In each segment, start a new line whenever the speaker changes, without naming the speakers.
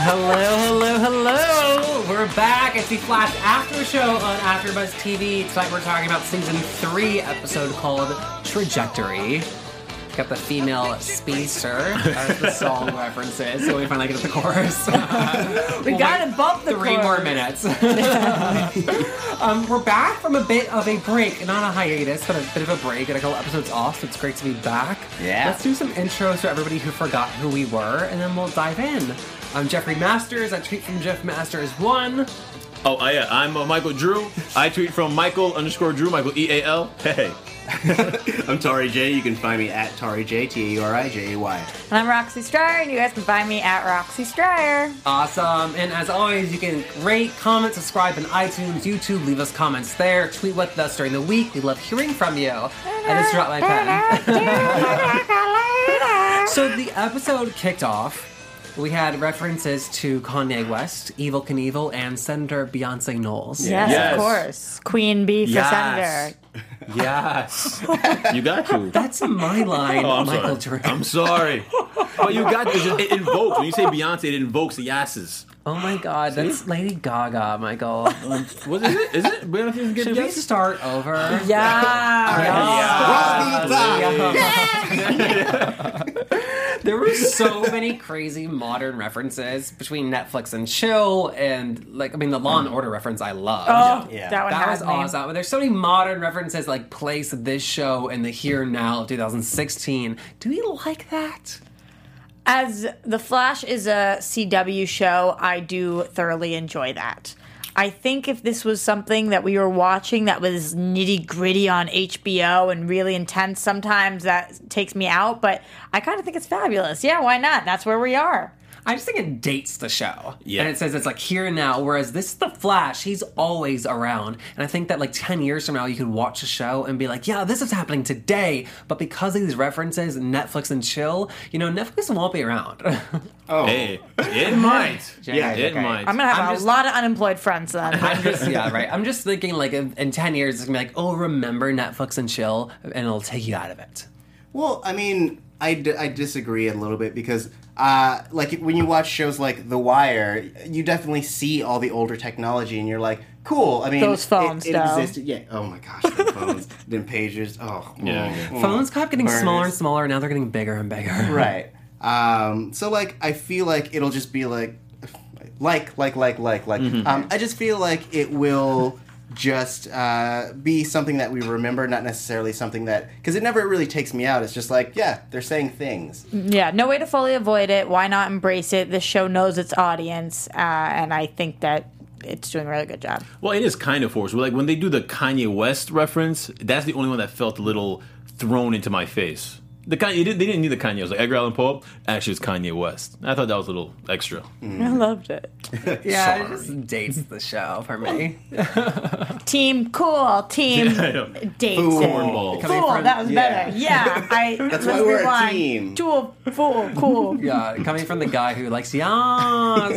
Hello, hello, hello! We're back. It's the Flash After Show on AfterBuzz TV. Tonight we're talking about season three episode called Trajectory. Got the female spacer as the song references. So we finally get to the chorus.
We gotta bump the
Three
chorus.
more minutes. um, we're back from a bit of a break, not a hiatus, but a bit of a break and a couple episodes off. So it's great to be back.
Yeah.
Let's do some intros for everybody who forgot who we were, and then we'll dive in. I'm Jeffrey Masters. I tweet from Jeff Masters one.
Oh, uh, yeah, I'm uh, Michael Drew. I tweet from Michael underscore Drew, Michael E A L. Hey.
I'm Tari J. You can find me at Tari J. T A U R I J A Y.
And I'm Roxy Stryer, and you guys can find me at Roxy Stryer.
Awesome. And as always, you can rate, comment, subscribe on iTunes, YouTube. Leave us comments there. Tweet with us during the week. We love hearing from you. I just dropped my pen. So the episode kicked off. We had references to Kanye West, Evil Knievel, and Senator Beyonce Knowles.
Yes,
Yes.
of course. Queen Bee for
Yes.
senator.
Yes.
You got to.
That's my line,
Oh, I'm
Michael
sorry.
Drew.
I'm sorry. But you got to. It invokes. When you say Beyonce, it invokes the asses.
Oh my god, that's Lady Gaga, Michael.
What is it? Is it? Beyonce's getting
Should we
yes?
start over?
Yeah.
There were so many crazy modern references between Netflix and Chill, and like, I mean, the Law and Order reference I love.
Oh,
Yeah.
that one
That
has
was
me.
awesome. But there's so many modern references like place this show in the here and now of 2016. Do we like that?
As The Flash is a CW show, I do thoroughly enjoy that. I think if this was something that we were watching that was nitty gritty on HBO and really intense, sometimes that takes me out, but I kind of think it's fabulous. Yeah, why not? That's where we are.
I just think it dates the show.
Yeah.
And it says it's like here and now, whereas this is the Flash, he's always around. And I think that like 10 years from now, you could watch a show and be like, yeah, this is happening today. But because of these references, Netflix and chill, you know, Netflix won't be around.
Oh,
Hey, it might.
Yeah,
it
okay.
might.
I'm going to have
I'm
a
just-
lot of unemployed friends then.
I'm just, yeah, right. I'm just thinking like in in 10 years, it's gonna be like, oh, remember Netflix and chill, and it'll take you out of it.
Well, I mean, I, d- I disagree a little bit because, uh, like, when you watch shows like The Wire, you definitely see all the older technology, and you're like, cool. I mean,
Those phones,
it, it
though.
existed. Yeah. Oh my gosh, the phones, then pagers. Oh,
Yeah.
mm,
Phones
mm,
kept getting
burners.
smaller and smaller, and now they're getting bigger and bigger.
Right. Um, so like I feel like it'll just be like like like like like like.
Mm-hmm.
Um, I just feel like it will just uh, be something that we remember, not necessarily something that because it never really takes me out. It's just like yeah, they're saying things.
Yeah, no way to fully avoid it. Why not embrace it? This show knows its audience, uh, and I think that it's doing a really good job.
Well, it is kind of forced. Like when they do the Kanye West reference, that's the only one that felt a little thrown into my face. The Kanye, they didn't need the Kanye. It was like Edgar Allan Poe. Actually, it's Kanye West. I thought that was a little extra.
Mm.
I loved it.
Yeah, it just dates the show for me.
Team cool. Team
I know.
dates.
Cornballs.
Coming
Cool.
from-
That was
yeah.
better. Yeah. I. That's
why we're a team.
Dual. Fool. Cool.
Yeah, coming from the guy who likes yes.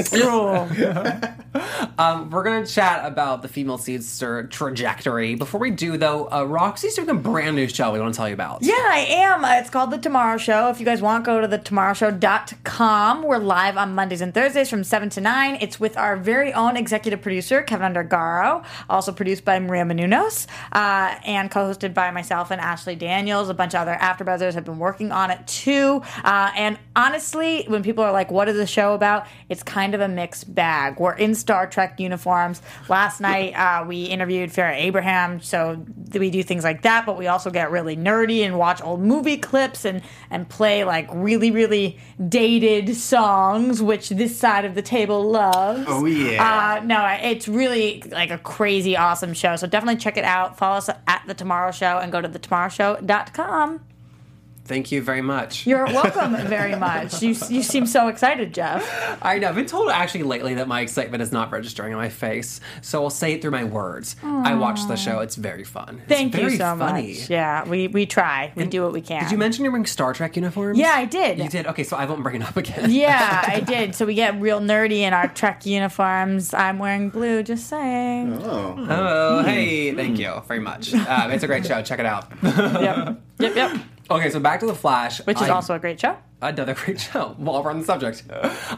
Cool.
We're gonna chat about the female seedster trajectory. Before we do, though, uh, Roxy's doing a brand new show we want to tell you about.
Yeah, I am. Uh, It's called The Tomorrow Show. If you guys want, go to thetomorrowshow.com. We're live on Mondays and Thursdays from 7 to 9. It's with our very own executive producer, Kevin Undergaro, also produced by Maria Menounos, uh, and co-hosted by myself and Ashley Daniels. A bunch of other AfterBuzzers have been working on it, too. Uh, and honestly, when people are like, what is the show about? It's kind of a mixed bag. We're in Star Trek uniforms. Last night, uh, we interviewed Farrah Abraham, so th- we do things like that, but we also get really nerdy and watch old movie clips and, and play like really, really dated songs, which this side of the table loves.
Oh, yeah.
Uh, no, I- it's really like a crazy, awesome show. So definitely check it out. Follow us at The Tomorrow Show and go to thetomorrowshow.com.
Thank you very much.
You're welcome very much. You, you seem so excited, Jeff.
I know. I've been told actually lately that my excitement is not registering in my face, so I'll say it through my words. I watched the show; it's very fun. It's
Thank
very
you so
funny.
much. Yeah, we, we try. We do what we can.
Did you mention you're wearing Star Trek uniforms?
Yeah, I did.
You did. Okay, so I won't bring it up again.
Yeah, I did. So we get real nerdy in our Trek uniforms. I'm wearing blue, just saying.
Oh.
Oh,
Mm.
hey, thank you very much. Um, it's a great show. Check it out.
Yep. Yep, yep.
Okay, so back to the Flash,
Which is
I-
also a great show.
another great show. While we're on the subject,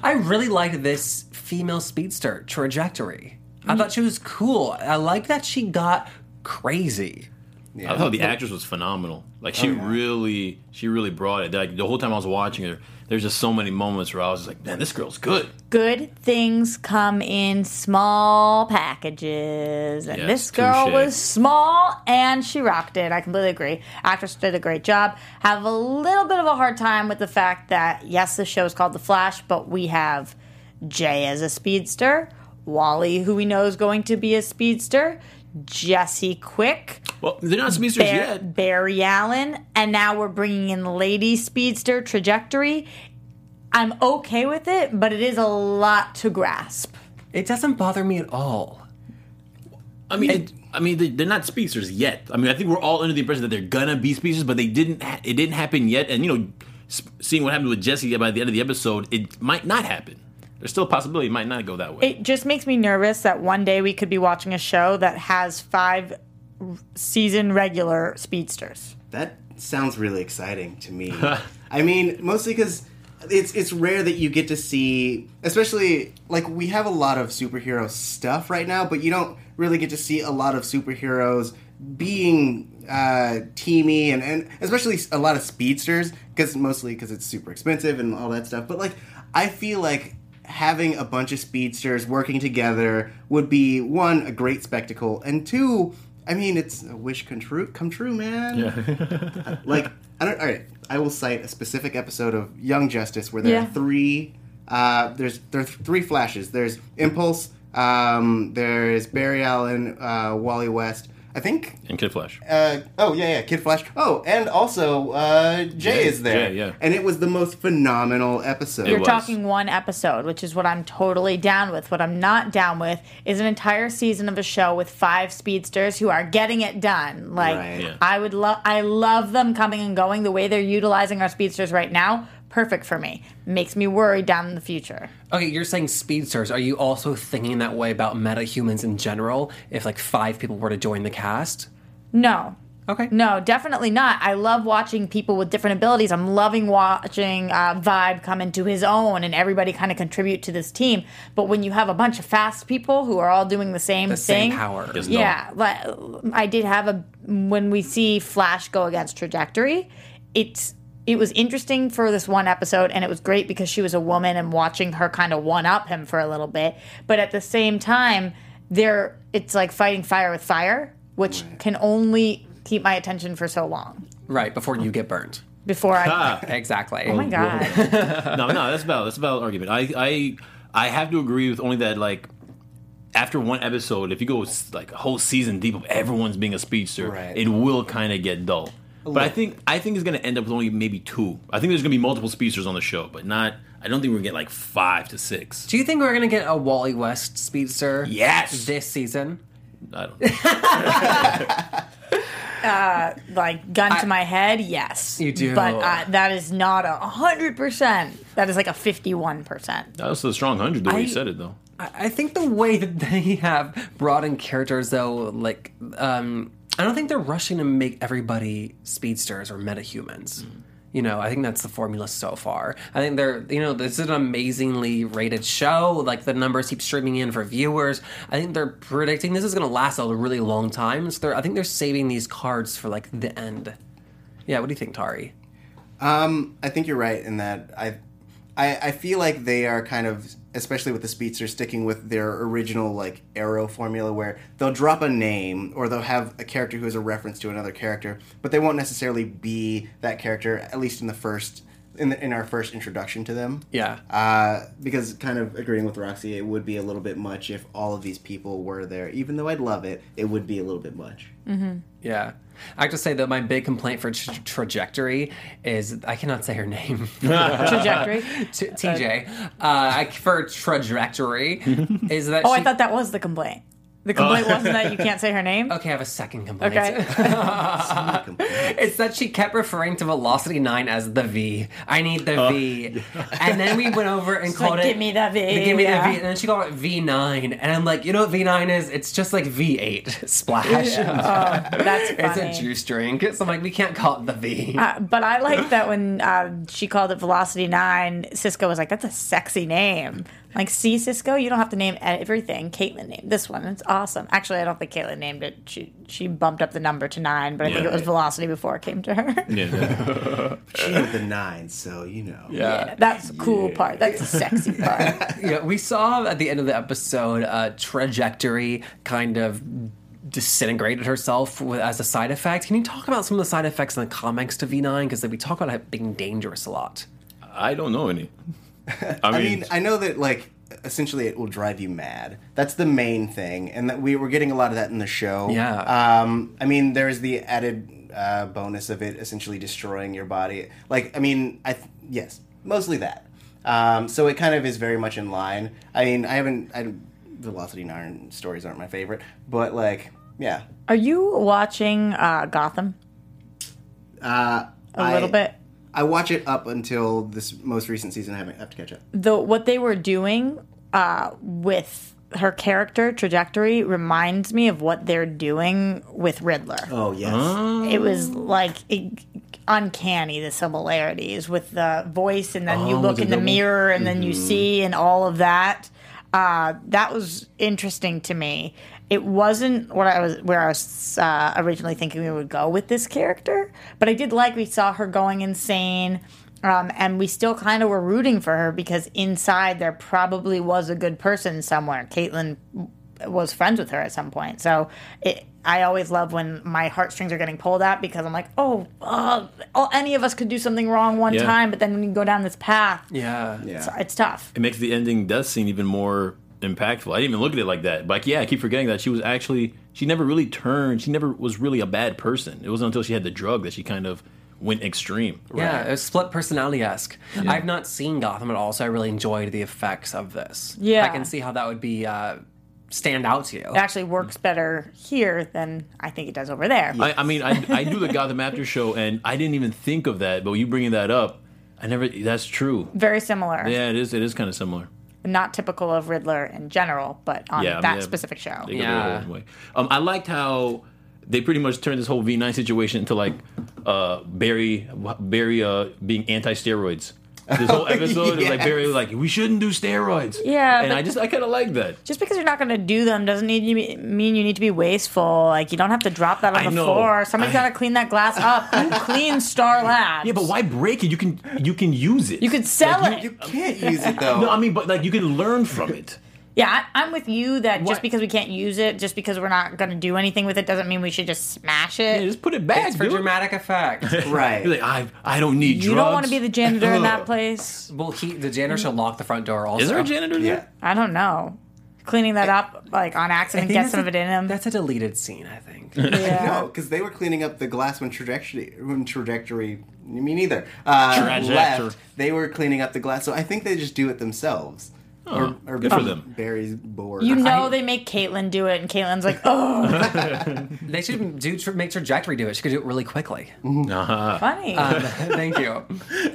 I really liked this female speedster trajectory.
Mm.
I thought she was cool. I like that she got crazy.
I thought the actress was phenomenal. Like she really, she really brought it. Like the whole time I was watching her, there's just so many moments where I was just like, man, this girl's good.
Good things come in small packages. And
Yes,
this girl
touche.
was small and she rocked it. I completely agree. Actress did a great job. Have a little bit of a hard time with the fact that, yes, the show is called The Flash, but we have Jay as a speedster, Wally, who we know is going to be a speedster, Jesse Quick.
Well, they're not speedsters
Bar-
yet.
Barry Allen, and now we're bringing in the Lady Speedster trajectory. I'm okay with it, but it is a lot to grasp.
It doesn't bother me at all.
I mean, it, I mean, they- they're not speedsters yet. I mean, I think we're all under the impression that they're gonna be speedsters, but they didn't. Ha- it didn't happen yet. And you know, s- seeing what happened with Jesse by the end of the episode, it might not happen. There's still a possibility it might not go that way.
It just makes me nervous that one day we could be watching a show that has five r- season regular speedsters.
That sounds really exciting to me. I mean, mostly because it's it's rare that you get to see, especially like we have a lot of superhero stuff right now, but you don't really get to see a lot of superheroes being uh, teamy and, and especially a lot of speedsters because mostly because it's super expensive and all that stuff. But like, I feel like having a bunch of speedsters working together would be one a great spectacle and two. I mean, it's a wish come true, come true, man. Like, I don't. All right, I will cite a specific episode of Young Justice where there
Yeah.
are three. Uh, there's there's three flashes. There's Impulse. Um, there's Barry Allen, uh, Wally West. I think.
and Kid Flash.
Uh, oh yeah, yeah, Kid Flash. Oh, and also uh, Jay,
Jay,
is there.
Jay, yeah.
And it was the most phenomenal episode.
You're
was.
talking one episode, which is what I'm totally down with. What I'm not down with is an entire season of a show with five speedsters who are getting it done. Like
Right. Yeah.
I would love, I love them coming and going. The way they're utilizing our speedsters right now, perfect for me. Makes me worried down in the future.
Okay, you're saying speedsters. Are you also thinking that way about metahumans in general? If like five people were to join the cast?
No.
Okay.
No, definitely not. I love watching people with different abilities. I'm loving watching uh, Vibe come into his own and everybody kind of contribute to this team. But when you have a bunch of fast people who are all doing the same
The
thing,
same power.
Yes. No.
Yeah, like I did have a when we see Flash go against Trajectory, it's it was interesting for this one episode and it was great because she was a woman and watching her kind of one up him for a little bit, but at the same time, there it's like fighting fire with fire, which can only keep my attention for so long
Right, before you get burned.
before I
Ah.
Exactly.
Oh my god.
no, no, that's about that's about argument. I, I, I have to agree with only that. Like after one episode, if you go s- like a whole season deep of everyone's being a speedster,
Right.
it will kind of get dull. But I think I think it's going to end up with only maybe two. I think there's going to be multiple speedsters on the show, but not. I don't think we're going to get like five to six.
Do you think we're gonna get a Wally West speedster?
Yes.
This season.
I don't. Know.
like gun to my head, yes,
You do.
but uh, that is not a hundred percent. That is like a fifty-one percent.
Uh-huh.
That was a strong hundred the way
I-
you said it though.
I I think the way that they have brought in characters, though, like, um, I don't think they're rushing to make everybody speedsters or metahumans. You know, I think that's the formula so far. I think they're, you know, this is an amazingly rated show. Like, the numbers keep streaming in for viewers. I think they're predicting this is going to last a really long time. So they're, I think they're saving these cards for, like, the end. Yeah, what do you think, Tari?
I think you're right in that I, I I feel like they are kind of especially with the speedster sticking with their original like arrow formula where they'll drop a name or they'll have a character who is a reference to another character but they won't necessarily be that character at least in the first in, the, in our first introduction to them
Yeah.
uh, because kind of agreeing with roxy it would be a little bit much if all of these people were there even though i'd love it it would be a little bit much
Yeah. I have to say that my big complaint for tra- trajectory is I cannot say her name.
Trajectory.
T- TJ, uh, I, for trajectory, is that
Oh,
she,
I thought that was the complaint. The complaint wasn't that you can't say her name.
Okay, I have a second complaint.
Okay.
it's that she kept referring to Velocity 9 as the V. I need the V. And then we went over and
like,
called it.
"Give me the V,"
Give me
yeah.
the V. And then she called it V9. And I'm like, you know what V9 is? It's just like V8. Splash.
That's
it's
funny.
a juice drink. So I'm like, we can't call it the V.
Uh, but I like that when uh, she called it Velocity Nine, Cisco was like, "That's a sexy name." Like, see, Cisco, you don't have to name everything. Caitlin named this one. It's awesome. Actually, I don't think Caitlin named it. She she bumped up the number to nine, but I think
Yeah.
it was Velocity before it came to her.
Yeah.
she had the nine so you know
Yeah, that's the cool part. That's the sexy part.
Yeah, we saw at the end of the episode uh, trajectory kind of disintegrated herself with, as a side effect. Can you talk about some of the side effects in the comics to V9? Because we talk about it being dangerous a lot.
I don't know any. I mean,
I mean, I know that like essentially it will drive you mad. That's the main thing, and that we were getting a lot of that in the show.
Yeah.
Um, I mean, there's the added uh, bonus of it essentially destroying your body. Like, I mean, I th- yes, mostly that. Um, so it kind of is very much in line. I mean, I haven't. I, Velocity Nine stories aren't my favorite, but like, yeah,
Are you watching uh, Gotham a
I-
little bit?
I watch it up until this most recent season. I haven't I have to catch up.
the what they were doing uh, with her character trajectory reminds me of what they're doing with Riddler.
Oh yes.
It was like it, uncanny the similarities with the voice, and then you
Oh,
look
the
in the
double-
mirror, and then you see, and all of that. Uh, that was interesting to me. It wasn't what I was where I was uh, originally thinking we would go with this character, but I did like we saw her going insane. Um, and we still kind of were rooting for her because inside there probably was a good person somewhere. Caitlin was friends with her at some point. So it, I always love when my heartstrings are getting pulled at because I'm like, oh, uh, all, any of us could do something wrong one
Yeah.
time, but then when you go down this path,
yeah.
it's, it's tough.
it makes the ending death scene even more impactful. I didn't even look at it like that. But like, yeah, I keep forgetting that she was actually she never really turned. She never was really a bad person. It wasn't until she had the drug that she kind of went extreme.
Yeah, it was split personality esque. I've not seen Gotham at all, so I really enjoyed the effects of this.
Yeah.
I can see how that would be uh, stand out to you.
It actually works better here than I think it does over there.
I, I mean, I, I knew the Gotham After Show, and I didn't even think of that. But you bringing that up, I never. That's true.
Very similar.
Yeah, it is. It is kind of similar.
Not typical of Riddler in general, but on
Yeah, I mean,
that
yeah.
specific show.
They go
Yeah.
their own way. Um, I liked how they pretty much turned this whole V9 situation into like uh, Barry Barry uh, being anti-steroids. This whole episode is like Barry was like we shouldn't do steroids.
Yeah,
and
but-
I just I kind of like that.
Just because you're not going to do them doesn't need you be- mean you need to be wasteful. Like you don't have to drop that on
I
the
know.
floor. Somebody's
I-
got to clean that glass up. Who cleans Star Labs?
Yeah, but why break it? You can you can use it.
You could sell
Like,
it.
You can't use it though.
No, I mean, but like you can learn from it.
Yeah, I, I'm with you that
What?
just because we can't use it, just because we're not going to do anything with it, doesn't mean we should just smash it.
Yeah, just put it back,
It's for
dude.
dramatic effect.
right.
You're like I I don't need drugs.
you don't want to be the janitor in that
Ugh.
place.
well, he, the janitor should lock the front door also.
Is there a janitor there?
Yeah.
I don't know. cleaning that up like on accident,
think
get
that's
some
a-
of it in him.
That's a deleted scene, I think.
yeah.
No, because they were cleaning up the glass when trajectory, when trajectory, me neither. Uh,
Trajectory.
left. They were cleaning up the glass, so I think they just do it themselves.
Oh, good for them.
Barry's bored.
You know they make Caitlyn do it, and Caitlin's like, "Oh,
they should do tr- make trajectory do it. She could do it really quickly.
funny."
Thank you.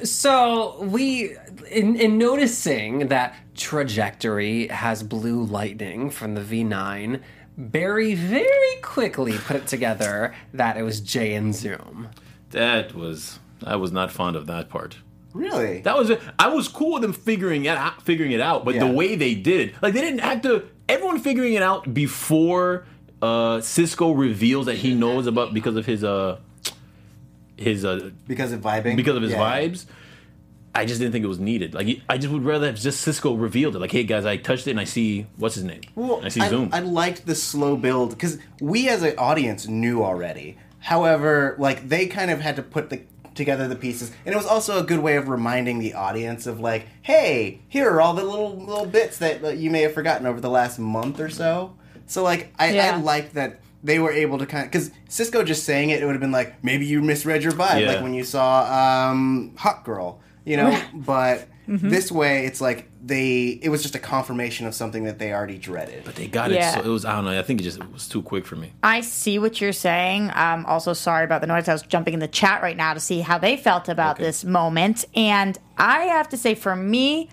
So we, in, in noticing that trajectory has blue lightning from the V9, Barry very quickly put it together that it was Jay and Zoom.
That was I was not fond of that part.
really?
That was I was cool with them figuring it out, figuring it out, but the
Yeah.
way they did it, like they didn't have to. Everyone figuring it out before uh, Cisco reveals that he knows about because of his uh his uh
because of vibing.
because of his
Yeah.
vibes. I just didn't think it was needed. Like I just would rather have just Cisco revealed it. Like, hey guys, I touched it and I see what's his name.
Well,
I see Zoom.
I liked the slow build because we as an audience knew already. However, like they kind of had to put the together the pieces, and it was also a good way of reminding the audience of like, hey, here are all the little little bits that uh, you may have forgotten over the last month or so. So like, I,
Yeah.
I liked that they were able to kind of because Cisco just saying it, it would have been like maybe you misread your vibe,
Yeah.
like when you saw um, Hot Girl, you know. but this way, it's like they it was just a confirmation of something that they already dreaded.
but they got
Yeah.
it. So it was I don't know. I think it just it was too quick for me.
I see what you're saying. I'm also sorry about the noise. I was jumping in the chat right now to see how they felt about this moment. And I have to say, for me,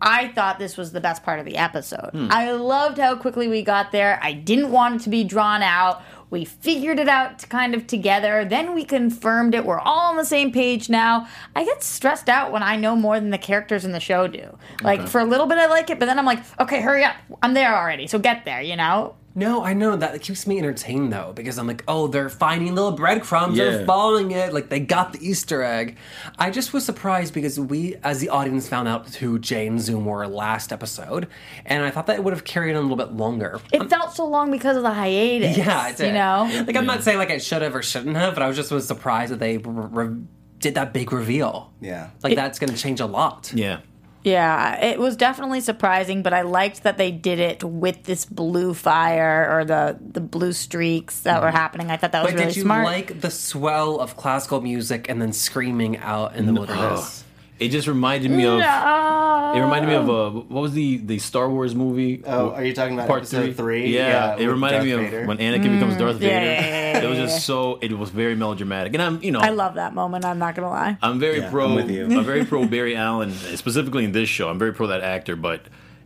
I thought this was the best part of the episode. I loved how quickly we got there. I didn't want it to be drawn out. We figured it out to kind of together. Then we confirmed it. We're all on the same page now. I get stressed out when I know more than the characters in the show do. Like, for a little bit, I like it, but then I'm like, okay, hurry up. I'm there already. So get there, you know?
No, I know that keeps me entertained though because I'm like, oh, they're finding little breadcrumbs,
Yeah.
they're following it, like they got the Easter egg. I just was surprised because we, as the audience, found out who Jay and Zoom were last episode, and I thought that it would have carried on a little bit longer.
It felt so long because of the hiatus.
Yeah, it did.
you know.
Like I'm not saying like it should have or shouldn't have, but I was just was surprised that they re- re- did that big reveal.
Yeah.
like that's going to change a lot.
Yeah.
Yeah, it was definitely surprising, but I liked that they did it with this blue fire or the the blue streaks that were happening. I thought that was
Mm-hmm. But
really
did you
smart.
like the swell of classical music and then screaming out in the wilderness?
It just reminded me of.
No.
It reminded me of
Oh.
uh, what was the the Star Wars movie?
Oh, are you talking about episode three?
Yeah,
Yeah,
it
with
reminded
Darth
me of
Vader.
when Anakin becomes Darth Vader.
Mm. yeah, yeah, yeah,
it was just so. It was very melodramatic, and I'm you know
I love that moment. I'm not gonna lie.
I'm very
Yeah,
pro.
I'm
I'm,
with you.
very pro Barry Allen, specifically in this show. I'm very pro that actor, but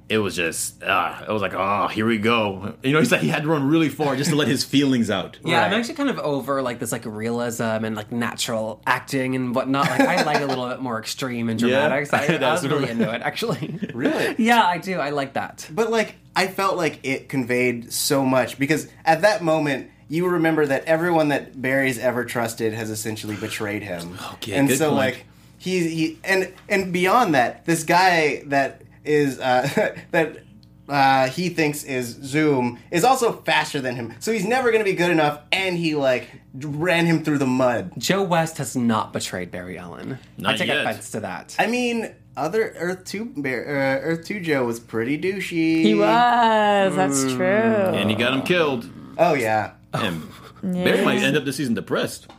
it was just ah, I was like, oh, here we go. You know, he's like he had to run really far just to let his feelings out.
Yeah, I'm
Right.
actually kind of over like this like realism and like natural acting and whatnot. Like I like a little bit more extreme and
Yeah?
dramatic. I, I
That's
was really
right.
into it actually.
Really?
Yeah, I do. I like that.
But like I felt like it conveyed so much because at that moment you remember that everyone that Barry's ever trusted has essentially betrayed him.
Okay,
and
good
so
point.
like he, he and and beyond that, this guy that is uh, that uh, he thinks is Zoom is also faster than him. So he's never going to be good enough and he like ran him through the mud.
Joe West has not betrayed Barry Allen. I
Not
take
yet.
offense to that.
I mean, other Earth 2 Bear, uh, Earth 2 Joe was pretty douchey.
He was. That's
Mm.
true.
and he got him killed.
Oh yeah.
And Barry might end up the season depressed.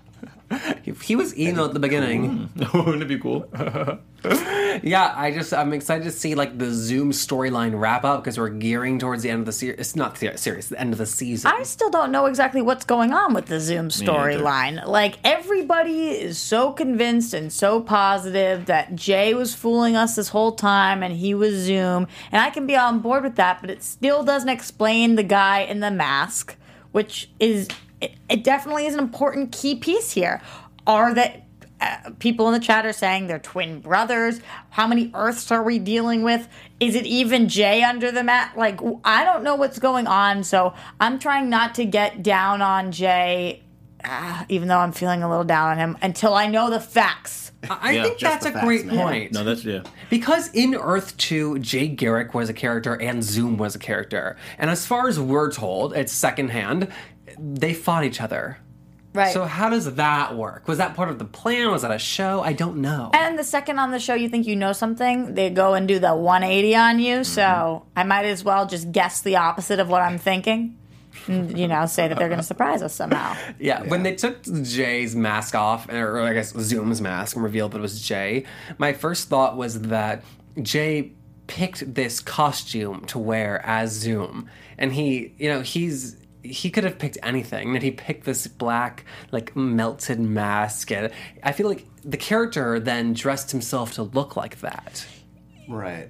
He- he was emo at the beginning.
Wouldn't it be cool?
Yeah, I just I'm excited to see like the Zoom storyline wrap up because we're gearing towards the end of the series. It's not the series, the end of the season.
I still don't know exactly what's going on with the Zoom storyline. Like everybody is so convinced and so positive that Jay was fooling us this whole time and he was Zoom, and I can be on board with that, but it still doesn't explain the guy in the mask, which is it, it definitely is an important key piece here. Are that uh, people in the chat are saying they're twin brothers. How many Earths are we dealing with? Is it even Jay under the mat? Like, w- I don't know what's going on. So I'm trying not to get down on Jay, ah, even though I'm feeling a little down on him, until I know the facts.
I
Yeah,
think
just
that's
the
a
facts,
great
man.
point.
No, that's yeah.
Because in Earth 2, Jay Garrick was a character and Zoom was a character. And as far as we're told, it's secondhand, they fought each other.
Right.
So how does that work? Was that part of the plan? Was that a show? I don't know.
and the second on the show you think you know something, they go and do the 180 on you. So I might as well just guess the opposite of what I'm thinking. And, you know, say that they're going to surprise us somehow.
Yeah, when they took Jay's mask off, or I guess Zoom's mask, and revealed that it was Jay, my first thought was that Jay picked this costume to wear as Zoom. And he, you know, he's. He could have picked anything, and he picked this black, like melted mask. And I feel like the character then dressed himself to look like that.
Right.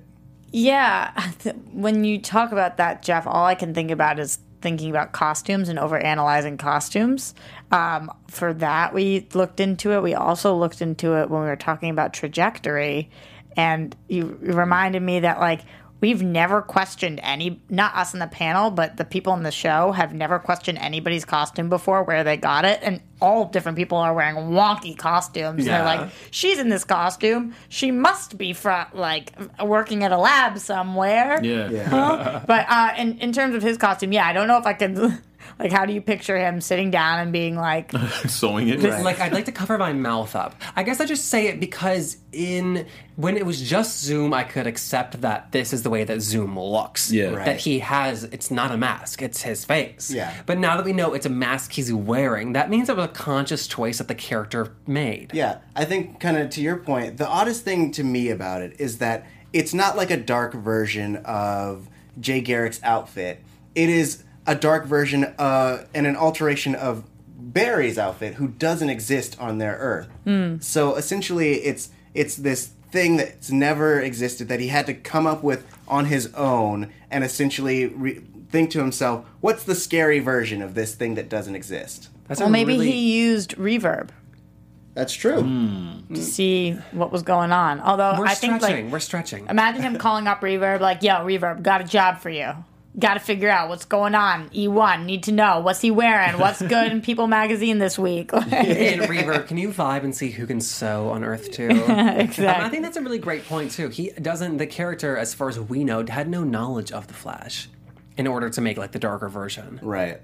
Yeah, when you talk about that, Jeff, all I can think about is thinking about costumes and overanalyzing costumes. Um, for that, we looked into it. We also looked into it when we were talking about trajectory, and you you reminded me that like we've never questioned any not us in the panel, but the people in the show have never questioned anybody's costume before where they got it, and all different people are wearing wonky costumes. They're
Yeah.
like, she's in this costume. She must be from like working at a lab somewhere.
Yeah.
Huh? but uh, in in terms of his costume, yeah, I don't know if I could. Like, how do you picture him sitting down and being like,
Sewing it.
It's Like I'd like to cover my mouth up. I guess I just say it because in when it was just Zoom, I could accept that this is the way that Zoom looks.
Yeah.
That
Right.
he has it's not a mask, it's his face.
Yeah.
But now that we know it's a mask he's wearing, that means it was a conscious choice that the character made.
Yeah, I think kind of to your point, the oddest thing to me about it is that it's not like a dark version of Jay Garrick's outfit. It is a dark version uh, and an alteration of Barry's outfit, who doesn't exist on their Earth. So essentially, it's it's this thing that's never existed that he had to come up with on his own, and essentially re- think to himself, "What's the scary version of this thing that doesn't exist?"
That's
well,
a
maybe
really-
he used reverb
That's true.
to see what was going on. Although
We're
I
stretching.
think like
we're stretching.
Imagine him calling up Reverb, like, yo, Reverb, got a job for you. Got to figure out what's going on. E1, need to know. What's he wearing? What's good in People magazine this week? Like,
in Reverb, can you vibe and see who can sew on Earth too? exactly. I think that's a really great point too. He doesn't. The character, as far as we know, had no knowledge of the Flash, in order to make like the darker version.
Right.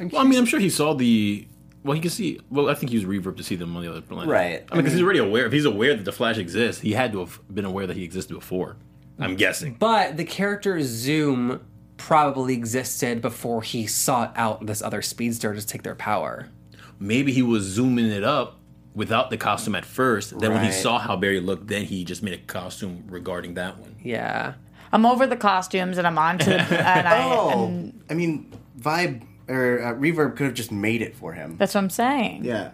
Well, I mean, I'm sure he saw the. Well, he can see. Well, I think he was reverb to see them on the other planet.
Right. Mm-hmm.
I mean, because he's already aware. If he's aware that the Flash exists, he had to have been aware that he existed before. I'm
Mm-hmm.
guessing.
But the character Zoom probably existed before he sought out this other speedster to take their power.
Maybe he was zooming it up without the costume at first. Then when he
Right.
saw how Barry looked, then he just made a costume regarding that one.
Yeah.
I'm over the costumes and I'm on to the. And I,
Oh,
and
I mean, Vibe or uh, Reverb could have just made it for him.
that's what I'm saying.
yeah.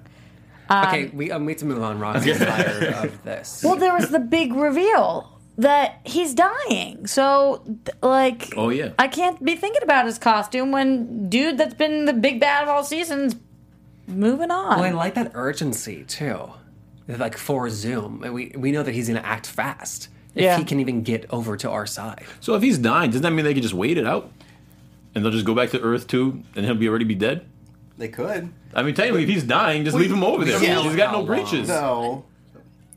okay, we um, we have to move on. Roxy's tired of this.
Well, there was the big reveal that he's dying. So, th- like.
Oh, yeah.
I can't be thinking about his costume when dude that's been the big bad of all seasons moving on.
Well, I like that urgency too, like for Zoom. And We we know that he's going to act fast if
Yeah.
he can even get over to our side.
So if he's dying, doesn't that mean they can just wait it out? And they'll just go back to Earth too, and he'll be already be dead.
They could.
I mean, technically, if he's dying, just leave him over there.
yeah.
he's got
How
no
long?
breaches.
So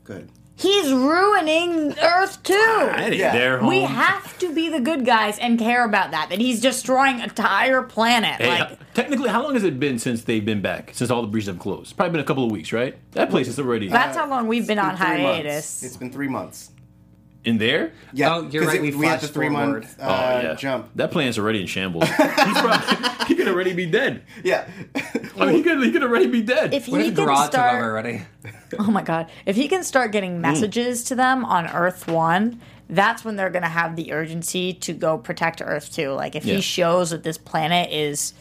good.
He's ruining Earth too.
I ain't
Yeah.
there,
We
home.
have to be the good guys and care about that. That he's destroying an entire planet.
Hey, uh,
like,
h- technically, how long has it been since they've been back? Since all the breaches have closed? Probably been a couple of weeks, right? That place is already
that's how long we've been on
It's been three months.
hiatus.
It's been three months.
in there.
Yeah.
Oh, you're
'cause
right, we
had the
flashed
three month
forward.
Oh,
uh,
yeah.
jump.
That planet's already in shambles. He's probably, he could already be dead.
Yeah.
I mean, he could he could already be dead.
If
What
he
if the
can
garage took over
start,
already?
oh my god, if he can start
Mm.
getting messages to them on Earth One, that's when they're gonna have the urgency to go protect Earth Two. Like, if
Yeah.
he shows that this planet is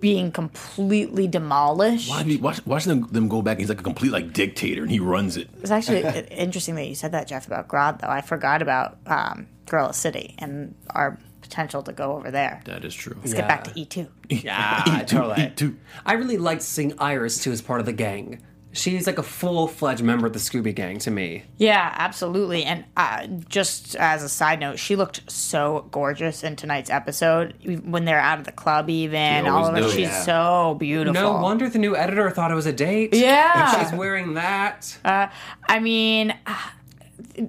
being completely demolished,
I mean, watch, watch them, them go back. He's like a complete like dictator, and he runs it.
It's actually i- interesting that you said that, Jeff, about Grodd, though. I forgot about um, Gorilla City and our potential to go over there.
That is true.
Let's get back to E E2.
Yeah, totally.
Eat two.
I really liked seeing Iris too as part of the gang. She's like a full fledged member of the Scooby Gang to me.
Yeah, absolutely. And uh, just as a side note, she looked so gorgeous in tonight's episode e-, when they're out of the club, even.
She
all
always
of it.
does.
She's
Yeah.
so beautiful.
No wonder the new editor thought it was a date.
Yeah. Uh,
she's wearing that.
I mean, ah,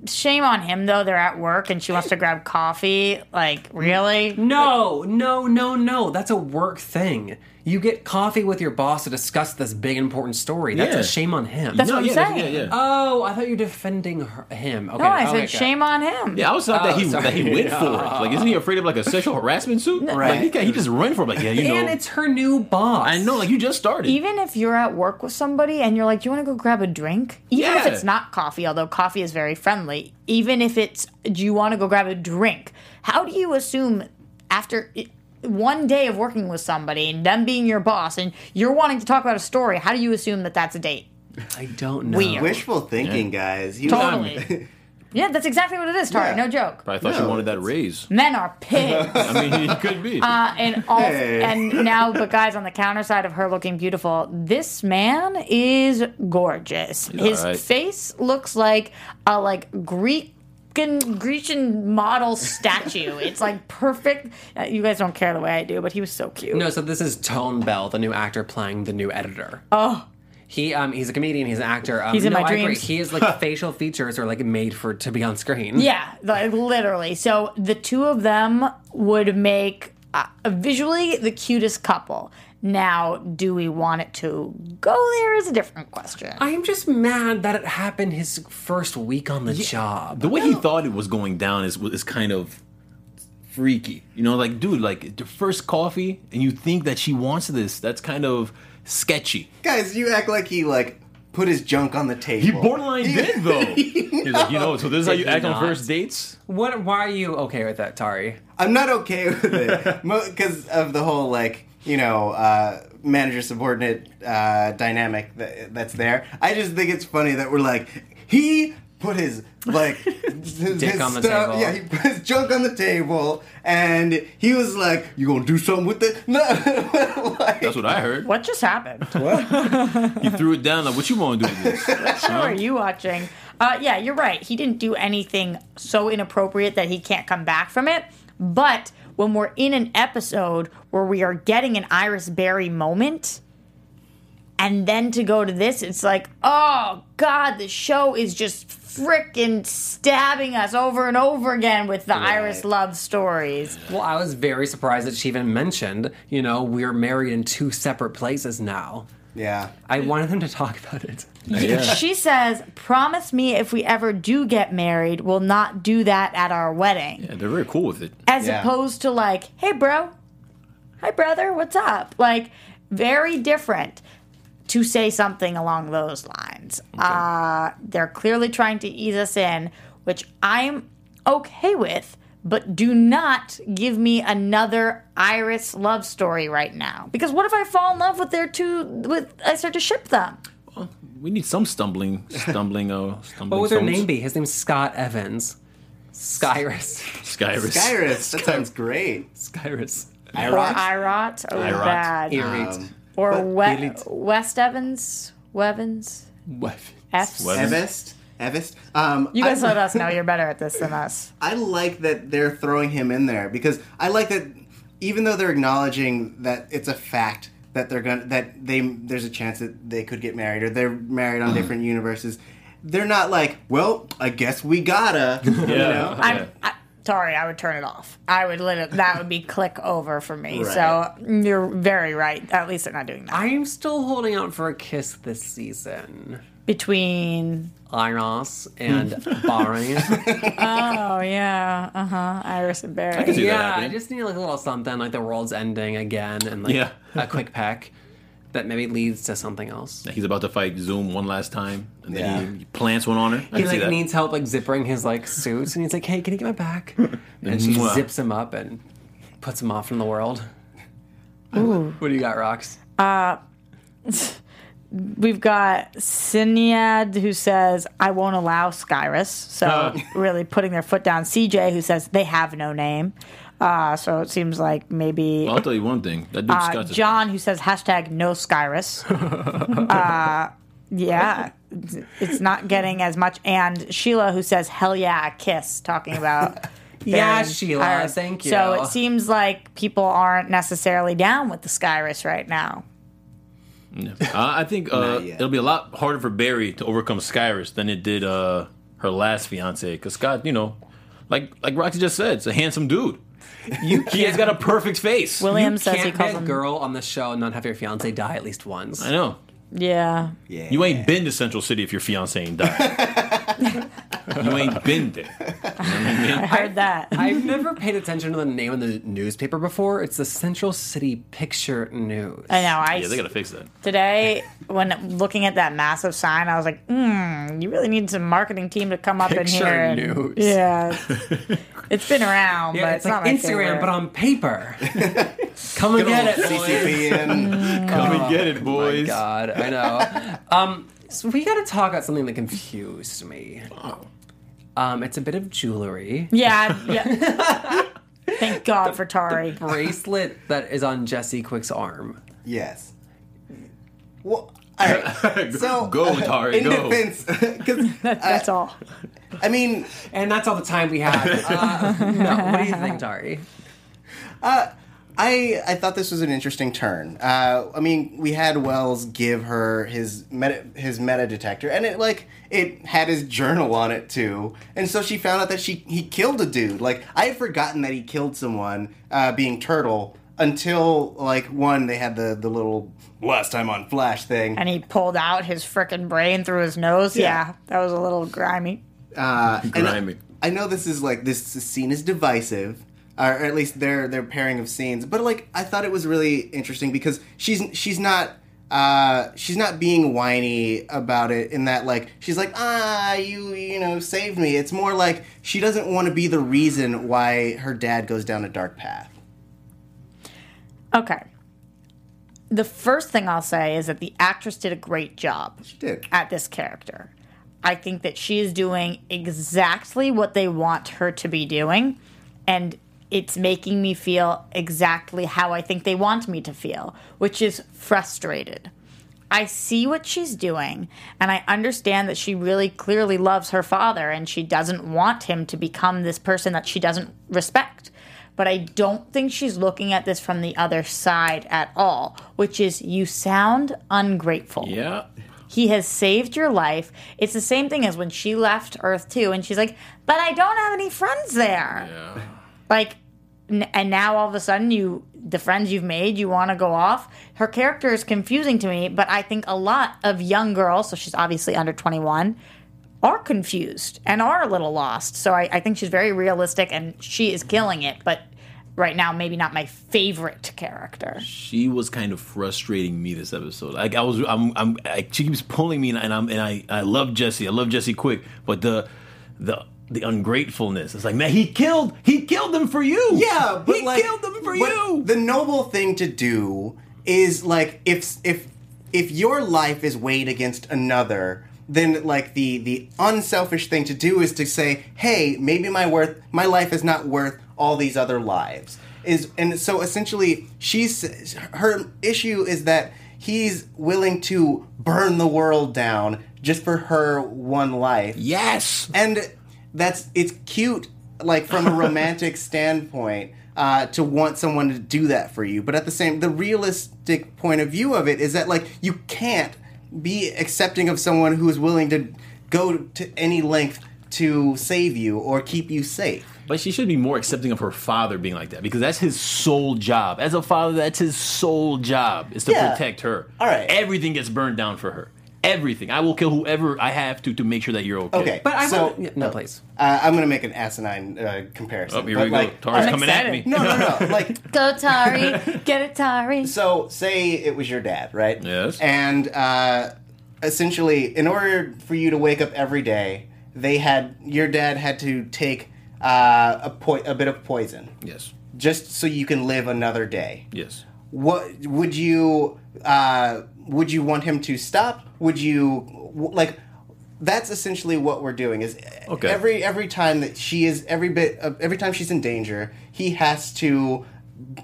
shame on him, though. They're at work and she wants to grab
Mm-hmm.
coffee. Like, really?
no, no, no, no. That's a work thing. You get coffee with your boss to discuss this big important story. That's
Yeah.
a shame on him.
That's
no,
what I'm
yeah, that's-
saying.
yeah, yeah.
oh, I thought you were defending her, him. Okay,
No, I
oh
said
my God.
shame on him.
Yeah, I was thought that
Oh,
he
sorry.
that he went for it. Like, isn't he afraid of like a sexual harassment suit? Like, he,
Right.
got- he just ran for it. Like, yeah, you know,
And it's her new boss.
I know. Like, you just started.
Even if you're at work with somebody and you're like, do you want to go grab a drink? Even if
Yeah.
it's not coffee, although coffee is very friendly, even if it's, do you want to go grab a drink? How do you assume after i- one day of working with somebody and them being your boss and you're wanting to talk about a story, how do you assume that that's a date?
I don't know.
Weird.
Wishful thinking, guys. You
Totally. yeah, that's exactly what it is, Tari.
Yeah.
No joke.
Probably thought you
No,
wanted that raise.
Men are pigs.
I mean, it could be.
Uh, and all
Hey.
and now the guys on the counter side of her looking beautiful. This man is gorgeous. His
alright.
face looks like a like Greek. Grecian model statue. It's like perfect. Uh, You guys don't care the way I do, but he was so cute.
No, so this is Tone Bell, the new actor playing the new editor. Oh. He um he's a comedian, he's an actor. Um,
He's in
no,
my
I agree.
dreams.
He is like facial features are like made for to be on screen.
Yeah, like literally. So the two of them would make uh, visually the cutest couple. Now, do we want it to go there? Is a different question.
I am just mad that it happened his first week on the job.
the way he thought it was going down is is kind of freaky. You know, like, dude, like the first coffee, and you think that she wants this. That's kind of sketchy.
guys, you act like he like put his junk on the table.
He borderline did though. He's like, you know, so this is how you act on first dates.
What? Why are you okay with that, Tari?
I'm not okay with it because of the whole like you know uh, manager subordinate uh, dynamic that, that's there. I just think it's funny that we're like he put his like his,
Dick on the table.
Yeah, he put his junk on the table, and he was like, "You gonna do something with it?" No, like,
That's what I heard.
what just happened?
He threw it down. Like, what you want to do with this?
show are you watching? Uh, yeah, you're right. He didn't do anything so inappropriate that he can't come back from it. But when we're in an episode where we are getting an Iris Berry moment, and then to go to this, it's like, oh God, the show is just freaking stabbing us over and over again with the Iris love stories.
Well, I was very surprised that she even mentioned. You know, we're married in two separate places now.
yeah.
I wanted them to talk about it.
She says, promise me if we ever do get married, we'll not do that at our wedding.
Yeah, they're very cool with it.
as
Yeah.
opposed to like, hey, bro, hi, brother, what's up? Like, very different to say something along those lines. Uh, they're clearly trying to ease us in, which I'm okay with, but do not give me another Iris love story right now. Because what if I fall in love with their two, with, I start to ship them?
We need some stumbling, stumbling, uh, stumbling.
What would her
stones.
name be? His name's Scott Evans. Skyris.
Skyris.
Iris, that sounds great.
Skyris.
Or
Iris.
Irot? Oh,
Irot.
bad.
Irrit.
Or we-
Elite.
West Evans? Wevens? F's?
Wevens.
Evest. Evest. Um,
You guys
I,
let us know you're better at this than us.
I like that they're throwing him in there because I like that even though they're acknowledging that it's a fact that they're going to that they there's a chance that they could get married or they're married
Mm-hmm.
on different universes. They're not like, well, I guess we gotta.
Yeah.
You know?
I'm I, sorry, I would turn it off. I would let it. That would be click over for me. So you're very right. At least they're not doing that.
I am still holding out for a kiss this season.
Between
Iros and Barney.
oh yeah, uh huh, Iris and Barry.
can see that
yeah, I
happening.
just need like a little something, like the world's ending again, and like
Yeah.
a quick peck that maybe leads to something else.
He's about to fight Zoom one last time, and then
Yeah.
he, he plants one on her. I
He
can see
like
that.
needs help like zippering his like suits, and he's like, "Hey, can you get my back?" And she
Mwah.
zips him up and puts him off from the world. What do you got, Rox?
We've got Sinyad who says I won't allow Skyrus. So
Uh.
really putting their foot down. CJ who says they have no name. Uh, so it seems like maybe
I'll tell you one thing. That dude
Uh,
Scott's a-
John, who says hashtag no Skyrus. uh, yeah, it's- it's not getting as much. And Sheila, who says hell yeah, kiss, talking about.
Yeah,
Baron
Sheila,
Iris.
thank
So
you.
it seems like people aren't necessarily down with the Skyrus right now.
Uh, I think uh,
Not yet.
it'll be a lot harder for Barry to overcome Skyris than it did uh, her last fiance. Because Scott, you know, like like Roxy just said, it's a handsome dude.
You
He has
can't,
got a perfect face.
William
you
says he
can't be
calls
a
him.
girl on the show and not have your fiance die at least once.
I know.
Yeah.
Yeah.
You ain't been to Central City if your fiance ain't died. you ain't been there.
I heard that.
I've never paid attention to the name of the newspaper before. It's the Central City Picture News.
I know. I
Yeah, they gotta fix that.
today when looking at that massive sign, I was like, mm, "You really need some marketing team to come up
Picture
in here."
news.
And, yeah, it's been around,
Yeah,
but
it's,
it's,
like
not my
Instagram,
favorite.
but on paper. Come and get it. boys.
CCPN.
Come and get it,
My
boys.
God, I know. um, so we got to talk about something that confused me. Um, it's a bit of jewelry.
yeah, yeah. Thank God for Tari.
Bracelet that is on Jesse Quick's arm.
Yes. Well, all right. So uh,
Go, Tari,
in
go.
defense, because
That's all.
I mean,
And that's all the time we have. Uh, no, what do you think, Dari?
Uh, I I thought this was an interesting turn. Uh, I mean, we had Wells give her his meta his meta detector, and it like it had his journal on it too, and so she found out that she he killed a dude. Like I had forgotten that he killed someone, uh, being Turtle, until like one they had the the little last time on Flash thing,
And he pulled out his frickin' brain through his nose. Yeah. that was a little grimy.
And
Grimy.
I know this is like this scene is divisive, or at least their their pairing of scenes. But like, I thought it was really interesting because she's she's not uh, she's not being whiny about it in that like she's like ah you you know saved me. It's more like she doesn't want to be the reason why her dad goes down a dark path.
Okay. The first thing I'll say is that the actress did a great job.
She did.
at this character. I think that she is doing exactly what they want her to be doing, and it's making me feel exactly how I think they want me to feel, which is frustrated. I see what she's doing, and I understand that she really clearly loves her father and she doesn't want him to become this person that she doesn't respect. But I don't think she's looking at this from the other side at all, which is you sound ungrateful.
Yeah.
He has saved your life. It's the same thing as when she left Earth 2 and she's like, but I don't have any friends there. Like, n- and now all of a sudden you, the friends you've made, you want to go off. Her character is confusing to me, but I think a lot of young girls, so she's obviously under 21, are confused and are a little lost. So I, I think she's very realistic and she is killing it, but right now, maybe not my favorite character.
She was kind of frustrating me this episode. Like I was, I'm, I'm. I, she keeps pulling me, and I'm, and I, I love Jesse. I love Jesse Quick, but the, the, the ungratefulness. It's like, man, he killed, he killed them for you.
Yeah, but
he
like,
killed them for
but
you.
The noble thing to do is like if if if your life is weighed against another, then like the the unselfish thing to do is to say, hey, maybe my worth my life is not worth all these other lives. Is and so essentially, she's her issue is that he's willing to burn the world down just for her one life
yes.
and that's it's cute like from a romantic standpoint uh, to want someone to do that for you but at the same the realistic point of view of it is that like you can't be accepting of someone who is willing to go to any length to save you or keep you safe
But she should be more accepting of her father being like that because that's his sole job. As a father, that's his sole job is to
Yeah.
protect her.
All right.
Everything gets burned down for her. Everything. I will kill whoever I have to to make sure that you're okay.
okay
But I
so
would- yeah, no, please.
uh, i'm gonna make an asinine uh, comparison
Oh, here
but,
we
like,
go. Tara's
I'm
coming
excited.
at me.
no no no like
Go, Tari. Get it, Tari.
So, say it was your dad, right?
Yes.
And uh, essentially, in order for you to wake up every day, they had your dad had to take uh, a po- a bit of poison
Yes.
just so you can live another day.
Yes.
What would you uh, would you want him to stop? Would you w- like? That's essentially what we're doing. Is
Okay.
every every time that she is every bit of, every time she's in danger, he has to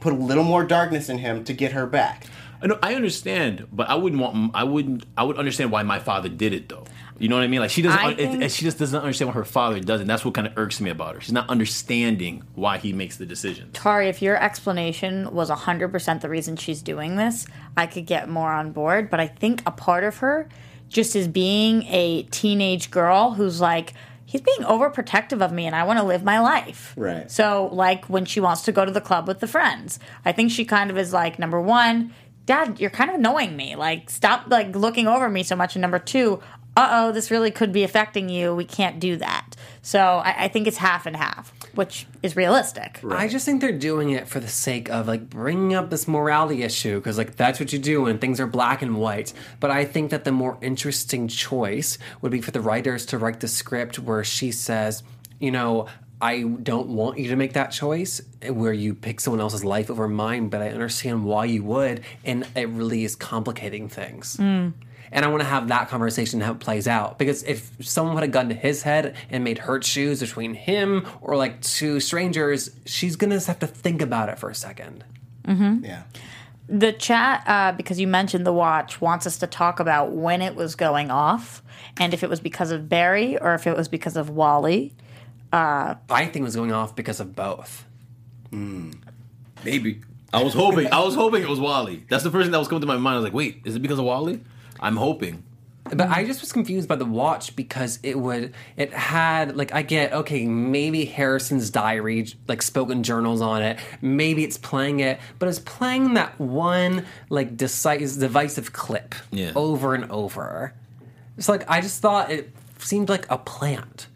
put a little more darkness in him to get her back.
I know. I understand, but I wouldn't want. I wouldn't. I would understand why my father did it, though. You know what I mean? Like she doesn't. uh,
I
it-
think-
it- she just doesn't understand what her father does, and that's what kind of irks me about her. She's not understanding why he makes the decisions.
Tari, if your explanation was 100% the reason she's doing this, I could get more on board. But I think a part of her just is being a teenage girl who's like, he's being overprotective of me and I want to live my life.
Right.
So, like when she wants to go to the club with the friends, I think she kind of is like, number one, dad, you're kind of annoying me. Like, stop like looking over me so much. And number two, uh oh, this really could be affecting you. We can't do that. So, I, I think it's half and half, which is realistic.
I just think they're doing it for the sake of like bringing up this morality issue because like that's what you do when things are black and white. But I think that the more interesting choice would be for the writers to write the script where she says, you know, I don't want you to make that choice where you pick someone else's life over mine, but I understand why you would, and it really is complicating things. And I want to have that conversation and how it plays out. Because if someone had a gun to his head and made her choose between him or like two strangers, she's going to have to think about it for a second.
Yeah.
The chat, uh, because you mentioned the watch, wants us to talk about when it was going off and if it was because of Barry or if it was because of Wally.
I think it was going off because of both.
Maybe. I was hoping. I was hoping it was Wally. That's the first thing that was coming to my mind. I was like, wait, is it because of Wally? I'm hoping.
But I just was confused by the watch because it would it had like I get okay maybe Harrison's diary like spoken journals on it maybe it's playing it but it's playing that one like decisive divisive clip
Yeah.
over and over. It's like I just thought it seemed like a plant.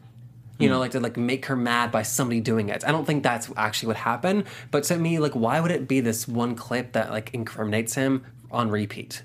You know, like to like make her mad by somebody doing it. I don't think that's actually what happened. But to me, like, why would it be this one clip that like incriminates him on repeat?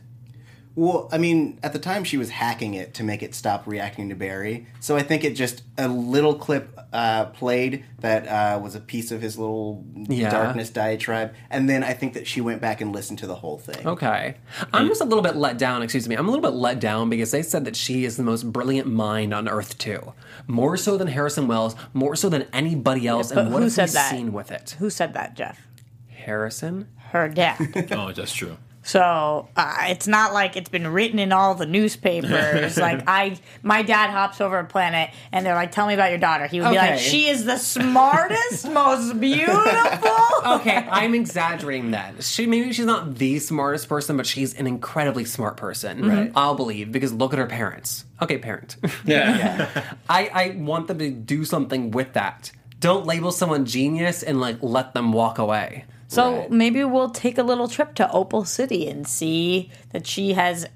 Well, I mean, at the time she was hacking it to make it stop reacting to Barry. So I think it just a little clip uh, played that uh, was a piece of his little
Yeah.
darkness diatribe, and then I think that she went back and listened to the whole thing.
Okay.
Mm.
I'm just a little bit let down, excuse me. I'm a little bit let down because they said that she is the most brilliant mind on Earth too. More so than Harrison Wells, more so than anybody else.
but
and what
who
have
said
we
that?
seen with it?
Who said that, Jeff?
Harrison?
Her dad.
Oh, that's true.
so uh, it's not like it's been written in all the newspapers. like I, my dad hops over a planet and they're like, "Tell me about your daughter." He would be like,
Okay.
"She is the smartest, most beautiful."
Okay, I'm exaggerating that. She maybe she's not the smartest person, but she's an incredibly smart person.
Mm-hmm.
Right. I'll believe because look at her parents. Okay, parent.
Yeah.
I, I want them to do something with that. Don't label someone genius and like let them walk away.
So maybe we'll take a little trip to Opal City and see that she has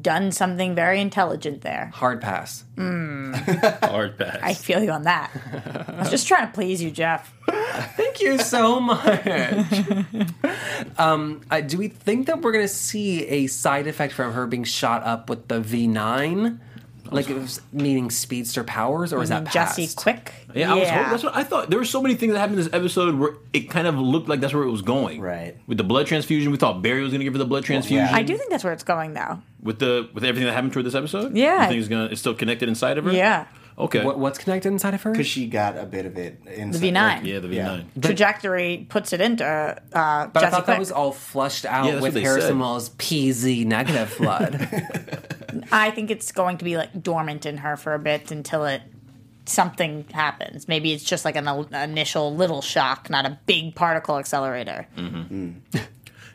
done something very intelligent there.
Hard pass.
Hard pass.
I feel you on that. I was just trying to please you, Jeff.
Thank you so much. um, uh, do we think that we're going to see a side effect from her being shot up with the V9? Like, it was meaning speedster powers, or is that past?
Mm-hmm. Jesse Quick.
Yeah, I was hoping, that's what I thought. There were so many things that happened in this episode where it kind of looked like that's where it was going.
Right.
With the blood transfusion, we thought Barry was going to give her the blood transfusion.
I do think that's where it's going, though.
With the with everything that happened toward this episode,
Yeah.
you think it's gonna it's still connected inside of her.
Yeah.
Okay.
What, what's connected inside of her?
Because she got a bit of it in the
V9.
yeah, the V nine.
Trajectory puts it into uh,
but I
Jesse
thought
Quick.
that was all flushed out
Yeah, that's
with
what they
Harrison
said.
Wells' PZ negative blood.
I think it's going to be like dormant in her for a bit until it something happens. Maybe it's just like an el- initial little shock, not a big particle accelerator.
Mm.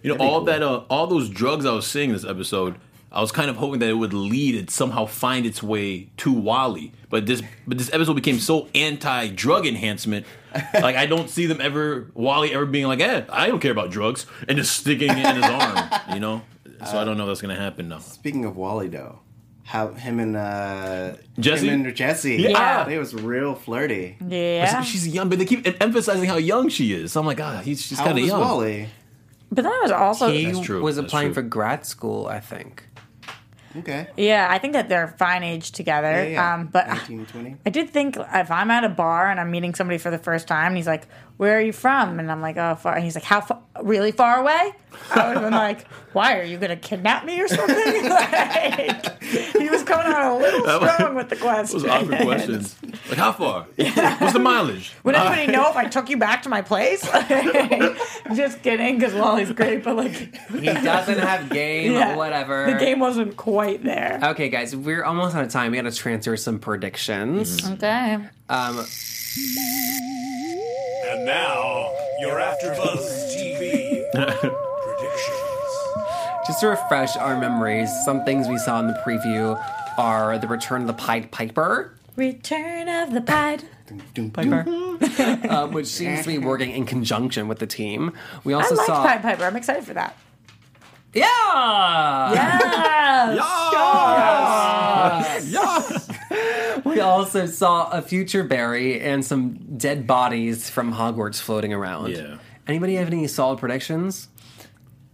You know, all that uh, all those drugs I was seeing this episode, I was kind of hoping that it would lead and somehow find its way to Wally. But this but this episode became so anti drug enhancement. like I don't see them ever Wally ever being like, eh, I don't care about drugs and just sticking it in his arm, you know? So I don't know if that's gonna happen now.
Speaking of Wally, though, how him and uh,
Jesse?
him and Jesse,
Yeah.
they was real flirty.
Yeah.
She's young, but they keep emphasizing how young she is. So I'm like, ah, he's just
How
kind
old
of
is
young.
Wally?
But that was also
he
That's true,
was
that's
applying
true.
for grad school, I think.
Okay.
Yeah, I think that they're fine age together.
Yeah, yeah.
Um, but
19, 20.
I did think if I'm at a bar and I'm meeting somebody for the first time, and he's like, "Where are you from?" and I'm like, "Oh, far," and he's like, "How far? Really far away?" I would have been like, "Why are you gonna kidnap me or something?" like, he was coming on a little
was-
strong with the question.
Those awkward questions. Like how far? What's the mileage? Ah.
Would anybody know if I took you back to my place? Just kidding, because Wally's great, but like,
He doesn't have game,
yeah,
whatever.
The game wasn't quite there.
Okay, guys, we're almost out of time. We got to transfer some predictions.
Okay.
Um,
And now, your AfterBuzz TV predictions.
Just to refresh our memories, some things we saw in the preview are the return of the Pied Piper,
Return of the Pied.
Doom,
Piper,
doom.
um, which seems to be working in conjunction with the team. We
I
also
like
saw,
Pied Piper. I'm excited for that.
yeah,
Yeah.
Yes!
We also saw a future Barry and some dead bodies from Hogwarts floating around.
Yeah.
Anybody have any solid predictions?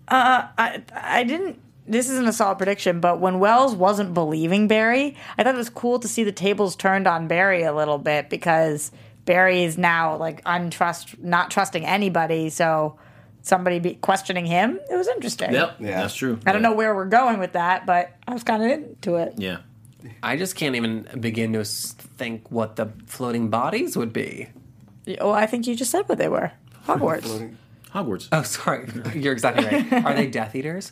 I, I didn't. This isn't a solid prediction, but when Wells wasn't believing Barry, I thought it was cool to see the tables turned on Barry a little bit because Barry is now like untrust, not trusting anybody. So somebody be questioning him. It was interesting.
Yep,
Yeah.
that's true.
I don't know where we're going with that, but I was kind of into it.
Yeah.
I just can't even begin to s- think what the floating bodies would be.
Oh, I think you just said what they were. Hogwarts.
Hogwarts.
Oh, sorry. You're exactly right. Are they Death Eaters?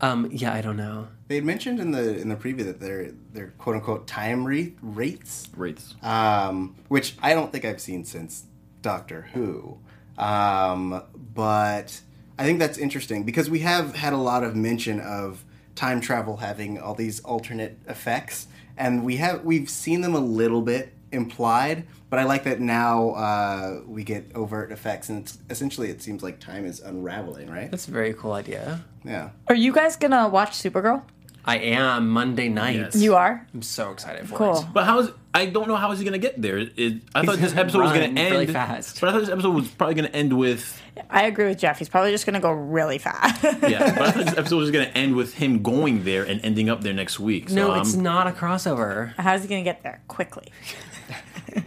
Um, yeah, I don't know.
They had mentioned in the in the preview that they're they're quote unquote time re- rates,
Wraiths.
um, which I don't think I've seen since Doctor Who. Um, but I think that's interesting because we have had a lot of mention of time travel having all these alternate effects, and we have we've seen them a little bit implied. But I like that now uh, we get overt effects, and it's, essentially it seems like time is unraveling, right?
That's a very cool idea.
Yeah.
Are you guys gonna watch Supergirl?
I am Monday night.
Yes.
You are.
I'm so excited for
Cool.
it.
But how is I don't know how is he gonna get there. It, I thought this
gonna
episode was
run
gonna end
really fast.
But I thought this episode was probably gonna end with
I agree with Jeff. He's probably just gonna go really fast.
yeah. but I thought this episode was gonna end with him going there and ending up there next week. So
No, it's
I'm-
not a crossover.
How's he gonna get there quickly?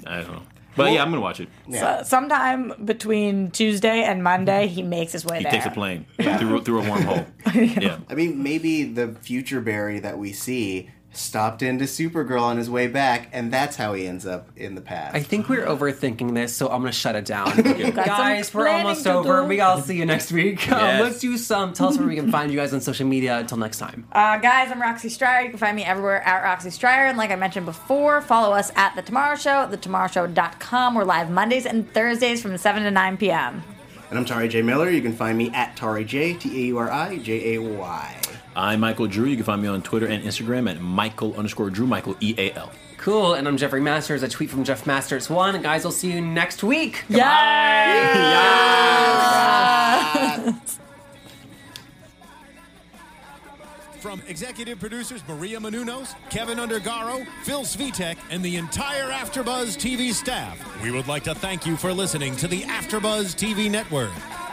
I don't know. But yeah, I'm gonna watch it.
So, sometime between Tuesday and Monday, he makes his way
He
there.
takes a plane through through a wormhole. yeah.
I mean, maybe the future Barry that we see stopped into Supergirl on his way back, and that's how he ends up in the past.
I think we're overthinking this, so I'm gonna shut it down. guys, we're
planning
almost
to
over.
do.
We all see you next week. Um,
Yes.
let's do some. Tell us where we can find you guys on social media. Until next time.
Uh, guys, I'm Roxy Stryer. You can find me everywhere at Roxy Stryer. And like I mentioned before, follow us at The Tomorrow Show, thetomorrowshow.com. We're live Mondays and Thursdays from 7 to 9 p.m.
and I'm Tari J. Miller. You can find me at Tari J, T A U R I J A Y.
I'm Michael Drew. You can find me on Twitter and Instagram at Michael underscore Drew Michael E A L.
Cool. And I'm Jeffrey Masters. A tweet from Jeff Masters one. Guys, we'll see you next week.
Yay!
From executive producers Maria Manunos, Kevin Undergaro, Phil Svitek, and the entire Afterbuzz TV staff, we would like to thank you for listening to the Afterbuzz TV Network.